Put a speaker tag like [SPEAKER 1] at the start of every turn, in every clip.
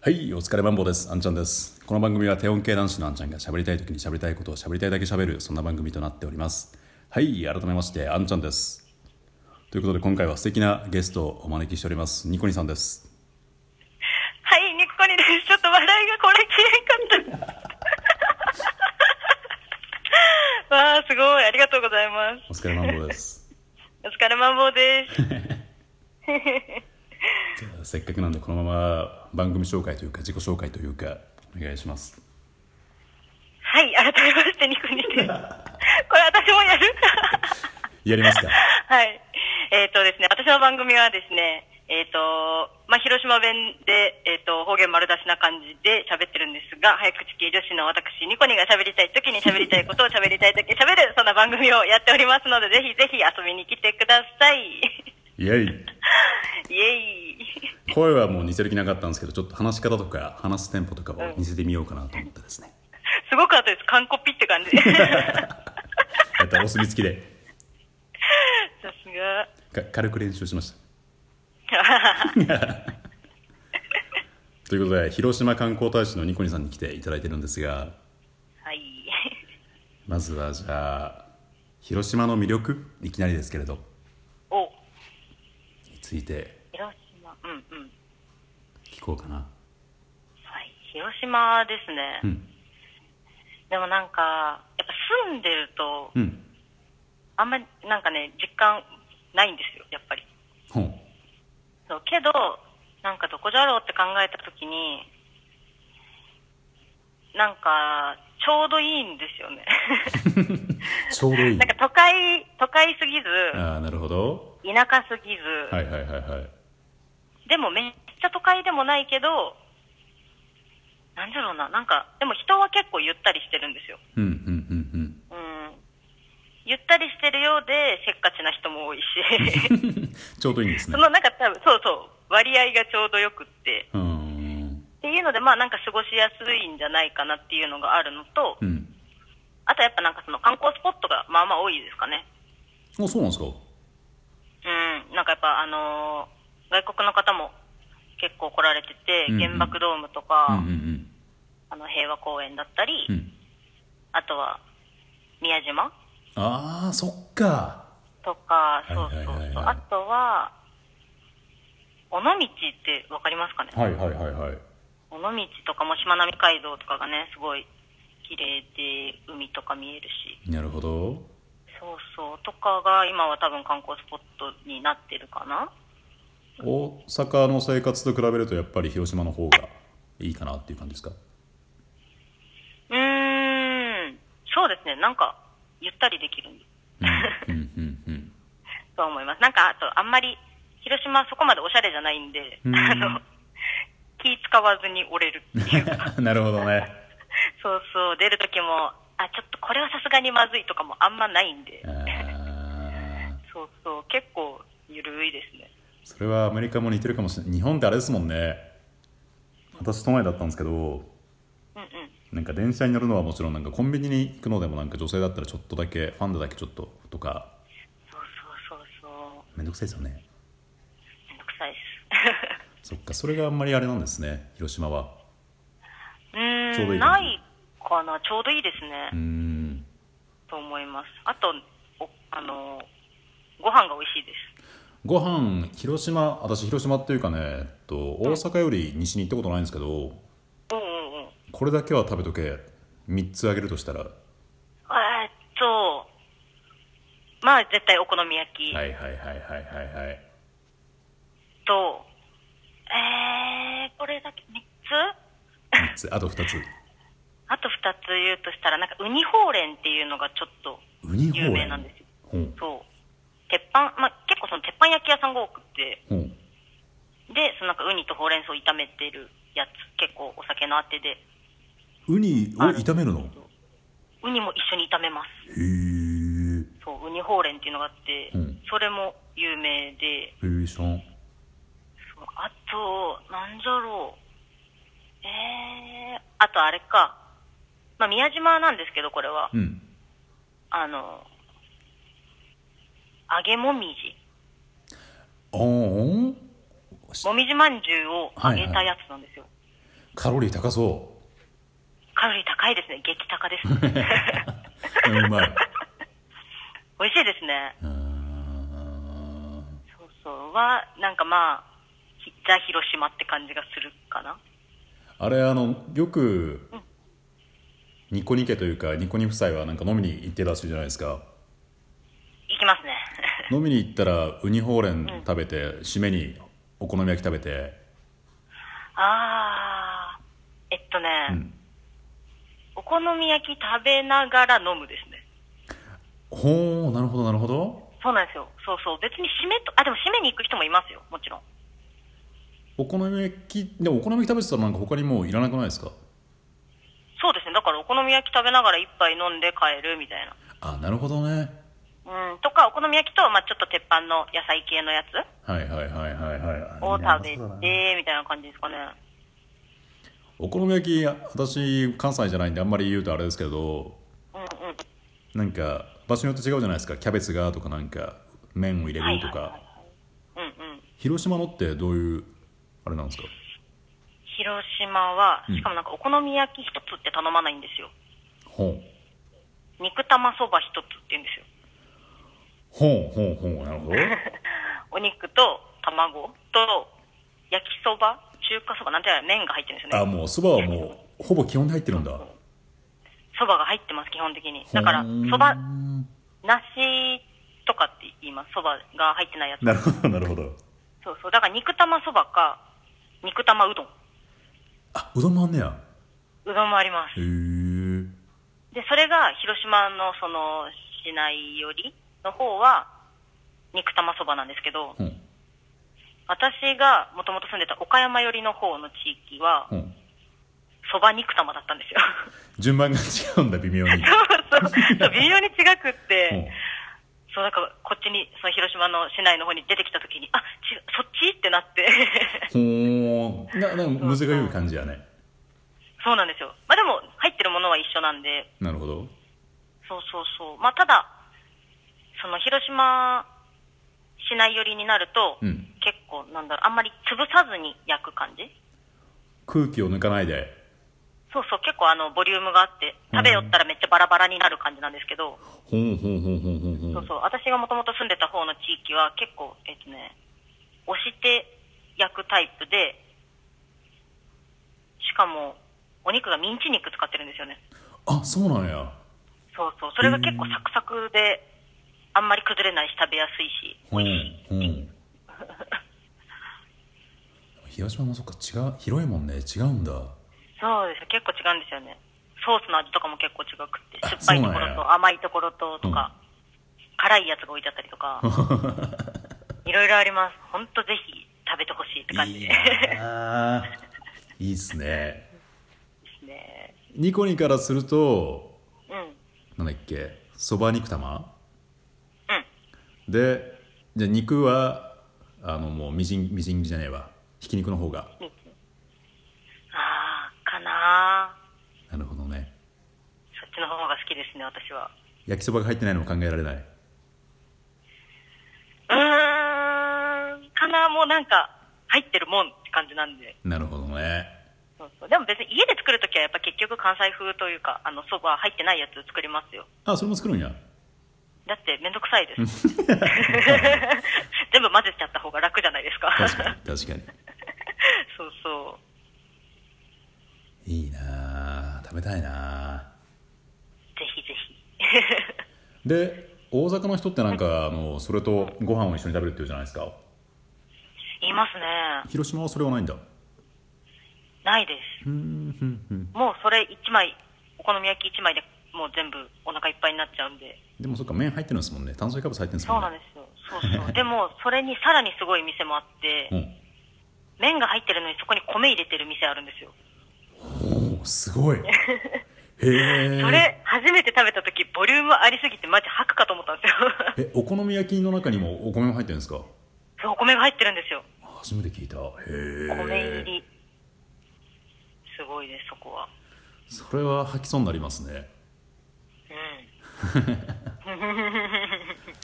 [SPEAKER 1] はい、お疲れマンボウです。あんちゃんです。この番組は低音系男子のあんちゃんが喋りたい時に喋りたいことを喋りたいだけ喋る、そんな番組となっております。はい、改めまして、あんちゃんです。ということで、今回は素敵なゲストをお招きしております、ニコニさんです。
[SPEAKER 2] はい、ニッコニです。ちょっと笑いがこれ消えんかった。わあ、すごい。ありがとうございます。
[SPEAKER 1] お疲れマンボウです。
[SPEAKER 2] お疲れまんぼうです。
[SPEAKER 1] じゃあせっかくなんで、このまま番組紹介というか、自己紹介というか、お願いします。
[SPEAKER 2] はい、改めましてニッコニです。これ私もやる
[SPEAKER 1] やりますか
[SPEAKER 2] はい。えっ、とですね、私の番組はですね、えっ、と、まあ、広島弁で、えっ、と、方言丸出しな感じで喋ってるんですが、早口系女子の私、ニコニが喋りたい時に喋りたいことを喋りたい時に喋る、そんな番組をやっておりますので、ぜひぜひ遊びに来てください。
[SPEAKER 1] イエイ
[SPEAKER 2] イエイ。
[SPEAKER 1] 声はもう似せる気なかったんですけど、ちょっと話し方とか、話すテンポとかを似せてみようかなと思ってですね。
[SPEAKER 2] すごかったです。完コピって感じ。さ
[SPEAKER 1] やったらお墨付きで、
[SPEAKER 2] すが。
[SPEAKER 1] か軽く練習しました。ということで広島観光大使のニコニさんに来ていただいてるんですが
[SPEAKER 2] はい。
[SPEAKER 1] まずはじゃあ広島の魅力いきなりですけれど
[SPEAKER 2] お、
[SPEAKER 1] について
[SPEAKER 2] 広島。うんうん。
[SPEAKER 1] 聞こうかな
[SPEAKER 2] はい。広島ですね。
[SPEAKER 1] うん
[SPEAKER 2] でもなんか、やっぱ住んでると、
[SPEAKER 1] うん
[SPEAKER 2] あんまりなんかね、実感ないんですよ、やっぱり。
[SPEAKER 1] ほん
[SPEAKER 2] そうけど、なんかどこじゃろうって考えたときに、なんか、ちょうどいいんですよね。
[SPEAKER 1] ちょうどいい
[SPEAKER 2] なんか都会、都会すぎず、
[SPEAKER 1] ああなるほど
[SPEAKER 2] 田舎すぎず、
[SPEAKER 1] はいはいはいはい
[SPEAKER 2] でもめっちゃ都会でもないけど、なんだろうな、なんか、でも人は結構ゆったりしてるんですよ。
[SPEAKER 1] うんうんうん
[SPEAKER 2] うん。ゆったりしてるようで、せっかちな人も多いし、
[SPEAKER 1] うんちょうどいいんです
[SPEAKER 2] そ
[SPEAKER 1] ね
[SPEAKER 2] のなんか多分、そうそう、割合がちょうどよくって。
[SPEAKER 1] うん
[SPEAKER 2] っていうので、まあなんか過ごしやすいんじゃないかなっていうのがあるのと
[SPEAKER 1] う、ん
[SPEAKER 2] あとやっぱなんかその観光スポットがまあまあ多いですかね。
[SPEAKER 1] あそうなんですか
[SPEAKER 2] うん。なんかやっぱあのー外国の方も結構来られてて、
[SPEAKER 1] うんうん
[SPEAKER 2] 原爆ドームと
[SPEAKER 1] うん
[SPEAKER 2] か、
[SPEAKER 1] うん
[SPEAKER 2] あの平和公園だったり、
[SPEAKER 1] うんうん
[SPEAKER 2] あとは宮島
[SPEAKER 1] ああそっか
[SPEAKER 2] とか、
[SPEAKER 1] い
[SPEAKER 2] そうそうそ
[SPEAKER 1] は
[SPEAKER 2] う、
[SPEAKER 1] いはいはい
[SPEAKER 2] あとは、尾道ってわかりますかね、
[SPEAKER 1] はいはいはいはい
[SPEAKER 2] 尾道とかもしまなみ海道とかがね、すごい綺麗で、海とか見えるし、
[SPEAKER 1] なるほど
[SPEAKER 2] そうそう、とかが今は多分観光スポットになってるかな。
[SPEAKER 1] 大阪の生活と比べるとやっぱり広島の方がいいかなっていう感じですか
[SPEAKER 2] うーん、そうですね、なんか、ゆったりできる
[SPEAKER 1] うんうんうん
[SPEAKER 2] とは思います。なんか、あと、あんまり、広島はそこまでおしゃれじゃないんで、
[SPEAKER 1] うん
[SPEAKER 2] あの、気使わずに折れるっていうか、
[SPEAKER 1] うん なるほどね
[SPEAKER 2] そうそう、出る時も、あ、ちょっとこれはさすがにまずいとかもあんまないんで、
[SPEAKER 1] あー
[SPEAKER 2] そうそう、結構ゆるいですね。
[SPEAKER 1] それはアメリカも似てるかもしれない日本ってあれですもんね私都内だったんですけど
[SPEAKER 2] うんうん。
[SPEAKER 1] なんか電車に乗るのはもちろんなんかコンビニに行くのでもなんか女性だったらちょっとだけファンデだけちょっととか
[SPEAKER 2] そうそうそうそう。
[SPEAKER 1] めんどくさいですよね
[SPEAKER 2] めんどくさいです。
[SPEAKER 1] そっかそれがあんまりあれなんですね広島は
[SPEAKER 2] う
[SPEAKER 1] ちょうど
[SPEAKER 2] ー
[SPEAKER 1] いい
[SPEAKER 2] ん、
[SPEAKER 1] 感
[SPEAKER 2] な
[SPEAKER 1] じ
[SPEAKER 2] いかな。ちょうどいいですね。
[SPEAKER 1] うーん
[SPEAKER 2] と思います。あと、おあの、ご飯が美味しいです。
[SPEAKER 1] ご飯広島私広島っていうかね、えっと、大阪より西に行ったことないんですけど
[SPEAKER 2] うんうんうん。
[SPEAKER 1] これだけは食べとけ3つあげるとしたらは
[SPEAKER 2] えーっと、まあ絶対お好み焼
[SPEAKER 1] い
[SPEAKER 2] きと、
[SPEAKER 1] はいはいはいはいはい
[SPEAKER 2] えー、これだけ3つ
[SPEAKER 1] 3つあと2つ
[SPEAKER 2] あと2つ言うとしたら、なんかウニほうれんっていうのがちょっと
[SPEAKER 1] ウニほう
[SPEAKER 2] 有
[SPEAKER 1] れ
[SPEAKER 2] 名
[SPEAKER 1] ん
[SPEAKER 2] なんですよ。
[SPEAKER 1] ほう
[SPEAKER 2] そう。鉄板、まあ、結構その鉄板焼き屋さんが多くて、
[SPEAKER 1] ほう
[SPEAKER 2] で、そのなんかウニとほうれん草を炒めてるやつ、結構お酒のあてで、
[SPEAKER 1] ウニを炒めるのへ
[SPEAKER 2] ウニも一緒に炒めます。
[SPEAKER 1] え
[SPEAKER 2] そう、ウニほうれんっていうのがあって、
[SPEAKER 1] うん
[SPEAKER 2] それも有名
[SPEAKER 1] へえ
[SPEAKER 2] で、
[SPEAKER 1] 知らん
[SPEAKER 2] そうあと、なんじゃろう。えー、あとあれか。まあ、宮島なんですけど、これは。
[SPEAKER 1] うん
[SPEAKER 2] あの、揚げもみじ。
[SPEAKER 1] あー
[SPEAKER 2] もみじまんじゅうを揚げたやつなんですよ。
[SPEAKER 1] カロリー高そ
[SPEAKER 2] カロリー高いですね。激高 です。
[SPEAKER 1] う。うんうまい。
[SPEAKER 2] 美味しいですね。
[SPEAKER 1] うーん
[SPEAKER 2] そうそう。は、なんかまあ、ひザ・広島って感じがするかな。
[SPEAKER 1] あれあのよくニコニケというかニコニ夫妻はなんか飲みに行ってたらしいじゃないですか
[SPEAKER 2] いきますね。
[SPEAKER 1] 飲みに行ったらウニほうれん食べて締めにお好み焼き食べて
[SPEAKER 2] あー、えっとね、
[SPEAKER 1] ん
[SPEAKER 2] お好み焼き食べながら飲むですね。
[SPEAKER 1] ほうなるほどなるほど
[SPEAKER 2] そうなんですよ。そうそう。別に締めと、あ、でも締めに行く人もいますよ。もちろん。
[SPEAKER 1] お好み焼きでもお好み焼き食べてたらなんか他にもういらなくないですか
[SPEAKER 2] そうですね。だからお好み焼き食べながら一杯飲んで帰るみたいな。
[SPEAKER 1] あなるほどね
[SPEAKER 2] うん。とか、お好み焼きと、まあちょっと鉄板の野菜系のやつ
[SPEAKER 1] はいはいはいはいはい
[SPEAKER 2] を食べ
[SPEAKER 1] いいな
[SPEAKER 2] て、みたいな感じですかね。
[SPEAKER 1] お好み焼き私関西じゃないんであんまり言うとあれですけど
[SPEAKER 2] うんうん。
[SPEAKER 1] なんか場所によって違うじゃないですかキャベツがとかなんか麺を入れるとか、
[SPEAKER 2] はいはいうんうん。
[SPEAKER 1] 広島のってどういうあれなんですか
[SPEAKER 2] 広島は、
[SPEAKER 1] うん
[SPEAKER 2] しかもなんかお好み焼き一つって頼まないんですよ。
[SPEAKER 1] ほん
[SPEAKER 2] 肉玉そば一つって言うんですよ。
[SPEAKER 1] ほんほんほんなるほど
[SPEAKER 2] お肉と卵と焼きそば、中華そばなんていうの麺が入ってるんですよ
[SPEAKER 1] あ
[SPEAKER 2] ね。
[SPEAKER 1] もうそばはもうほぼ基本に入ってるんだ
[SPEAKER 2] そばが入ってます、基本的に。だから、そば
[SPEAKER 1] ほ、ん
[SPEAKER 2] なしとかって言います。そばが入ってないやつ。
[SPEAKER 1] なるほどなるほど
[SPEAKER 2] そうそう。だから肉玉そばか、肉玉うどん。
[SPEAKER 1] あうどんもあんねや
[SPEAKER 2] うどんもあります。
[SPEAKER 1] へえ
[SPEAKER 2] で、それが広島のその市内寄りの方は肉玉そばなんですけど、
[SPEAKER 1] ほん
[SPEAKER 2] 私がもともと住んでた岡山寄りの方の地域は
[SPEAKER 1] ほん
[SPEAKER 2] そば肉玉だったんですよ。
[SPEAKER 1] 順番が違うんだ微妙 に
[SPEAKER 2] そうそう。微妙に違くっ
[SPEAKER 1] ほ
[SPEAKER 2] て
[SPEAKER 1] ん、
[SPEAKER 2] そうだからこっちに、その広島の市内の方に出てきた時に、あ、ちそっちってなって。
[SPEAKER 1] ほーななんかむずがゆい感じやね
[SPEAKER 2] そうなんですよ。まあでも入ってるものは一緒なんで、
[SPEAKER 1] なるほど
[SPEAKER 2] そうそうそう。まあただ、その広島市内寄りになると、
[SPEAKER 1] うん
[SPEAKER 2] 結構なんだろう、あんまり潰さずに焼く感じ
[SPEAKER 1] 空気を抜かないで
[SPEAKER 2] そうそう、結構あの、ボリュームがあって、食べよったらめっちゃバラバラになる感じなんですけど、
[SPEAKER 1] ほんほんほんほんほんほん
[SPEAKER 2] そうそう、私がもともと住んでた方の地域は結構、えっとね、押して焼くタイプで、しかも、お肉がミンチ肉使ってるんですよね。
[SPEAKER 1] あそうなんや
[SPEAKER 2] そうそう、それが結構サクサクで、あんまり崩れないし食べやすいし、
[SPEAKER 1] うん うん。広島もそっか違う広いもんね違うんだ
[SPEAKER 2] そうですよ結構違うんですよねソースの味とかも結構違くって
[SPEAKER 1] あ
[SPEAKER 2] 酸っぱいと
[SPEAKER 1] そ
[SPEAKER 2] ころ
[SPEAKER 1] うなん
[SPEAKER 2] と甘いところととか、辛いやつが置いてあったりと かいろいろあります本当ぜひ食べてほしいって感じ
[SPEAKER 1] いい
[SPEAKER 2] で
[SPEAKER 1] なあいいっすね
[SPEAKER 2] す ね
[SPEAKER 1] ニコニからすると
[SPEAKER 2] うん
[SPEAKER 1] なんだっけそば肉玉
[SPEAKER 2] うん
[SPEAKER 1] でじゃあ肉はあのもうみじんみじん切りじゃねえわひき肉の方が
[SPEAKER 2] ああかなー
[SPEAKER 1] なるほどね
[SPEAKER 2] そっちの方が好きですね私は
[SPEAKER 1] 焼きそばが入ってないのも考えられないう
[SPEAKER 2] ーんかなーもうなんか入ってるもんって感じなんで
[SPEAKER 1] なるほどね
[SPEAKER 2] そうそうでも別に家で作るときはやっぱ結局関西風というかあのそば入ってないやつ作りますよ
[SPEAKER 1] あそれも作るんや
[SPEAKER 2] だってめんどくさいです。 全部混ぜちゃった方が楽じゃないですか。
[SPEAKER 1] 確かに 確かに
[SPEAKER 2] そうそう。
[SPEAKER 1] いいなあ食べたいなあ
[SPEAKER 2] ぜひぜひ。
[SPEAKER 1] で大阪の人ってなんかあのそれとご飯を一緒に食べるっていうじゃないですか
[SPEAKER 2] いますね。
[SPEAKER 1] 広島はそれはないんだ
[SPEAKER 2] ないです。もうそれ1枚、お好み焼き1枚でもう全部お腹いっぱいになっちゃうんで。
[SPEAKER 1] でもそっか麺入ってるんですもんね炭水化物入ってるんです
[SPEAKER 2] そ
[SPEAKER 1] も
[SPEAKER 2] うんなん
[SPEAKER 1] ね
[SPEAKER 2] ですよ。そう そう。でも、それにさらにすごい店もあって、麺が入ってるのにそこに米入れてる店あるんですよ。
[SPEAKER 1] うんおすご いへえ
[SPEAKER 2] それ、初めて食べた時、ボリュームありすぎてマジ吐くかと思ったんです よ。
[SPEAKER 1] えお好み焼きの中にもお米も入ってるんですか
[SPEAKER 2] そう、お米が入ってるんですよ。
[SPEAKER 1] 初めて聞いた
[SPEAKER 2] 米入
[SPEAKER 1] へえ
[SPEAKER 2] り。すごいです、そこは。
[SPEAKER 1] それは吐きそうになりますね
[SPEAKER 2] う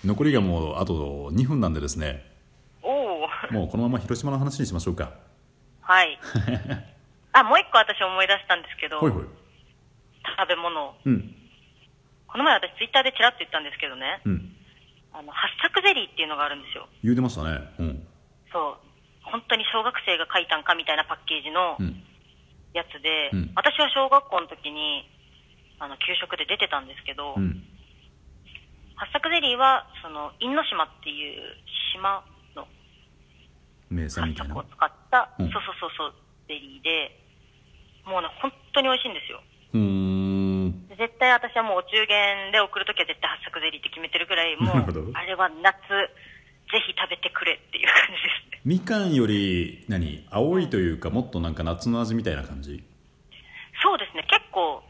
[SPEAKER 1] 残りがもうあと2分なんでですね
[SPEAKER 2] ん。おお。
[SPEAKER 1] もうこのまま広島の話にしましょうか
[SPEAKER 2] はい。あ、もう一個私思い出したんですけど、
[SPEAKER 1] ほいほい。
[SPEAKER 2] 食べ物。
[SPEAKER 1] うん。
[SPEAKER 2] この前私ツイッターでちらっと言ったんですけどね、
[SPEAKER 1] うん。
[SPEAKER 2] あの、八作ゼリーっていうのがあるんですよ。
[SPEAKER 1] 言うてましたね。うん。
[SPEAKER 2] そう。本当に小学生が書いたんかみたいなパッケージの
[SPEAKER 1] うん。
[SPEAKER 2] やつで、
[SPEAKER 1] うん
[SPEAKER 2] 私は小学校の時に、あの、給食で出てたんですけど、
[SPEAKER 1] うん。
[SPEAKER 2] 八作ゼリーは、その、因島っていう島の
[SPEAKER 1] 名産み
[SPEAKER 2] 八
[SPEAKER 1] たい
[SPEAKER 2] 作
[SPEAKER 1] な
[SPEAKER 2] を。使った、
[SPEAKER 1] うん
[SPEAKER 2] そうそうそうそう、ゼリーで、もうね、本当に美味しいんですよ。
[SPEAKER 1] うーん。
[SPEAKER 2] で絶対私はもうお中元で送るときは絶対八作ゼリーって決めてるぐらい、も
[SPEAKER 1] なるほど
[SPEAKER 2] う、あれは夏、ぜひ食べてくれっていう感じですね。
[SPEAKER 1] みかんより、何青いというか、もっとなんか夏の味みたいな感じ。
[SPEAKER 2] そうですね、結構、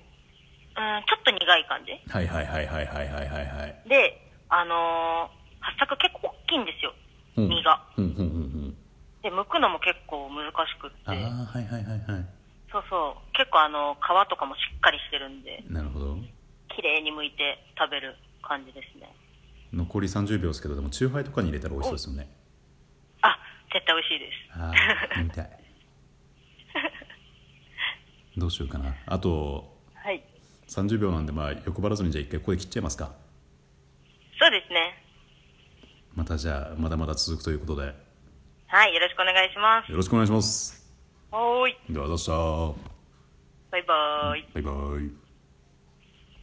[SPEAKER 2] うん、ちょっと苦い感じ。
[SPEAKER 1] はいはいはいはいはいはいはいはい。
[SPEAKER 2] で、あのー、八作結構大きいんですよ、
[SPEAKER 1] うん
[SPEAKER 2] 実が。
[SPEAKER 1] うんうんうんうん。
[SPEAKER 2] で、剥くのも結構難しくって
[SPEAKER 1] ああ、、はいはいはいはい。
[SPEAKER 2] そうそう、結構あの、皮とかもしっかりしてるんで、
[SPEAKER 1] なるほど。
[SPEAKER 2] 綺麗に剥いて食べる感じですね。
[SPEAKER 1] 残り30秒ですけど、でも、チューハイとかに入れたら美味しそうですよね。
[SPEAKER 2] あ、絶対美味しいです。
[SPEAKER 1] ああ、飲みた い。どうしようかな。あと、
[SPEAKER 2] はい。
[SPEAKER 1] 30秒なんで、まあ、欲張らずに、じゃあ一回ここで切っちゃいますか。
[SPEAKER 2] そうですね。
[SPEAKER 1] またじゃあ、まだまだ続くということで、よ
[SPEAKER 2] はい、よろしくお願いします。
[SPEAKER 1] ろしくお願いします。
[SPEAKER 2] はーい。
[SPEAKER 1] では、どうした
[SPEAKER 2] バイバーイ。
[SPEAKER 1] バイバイ。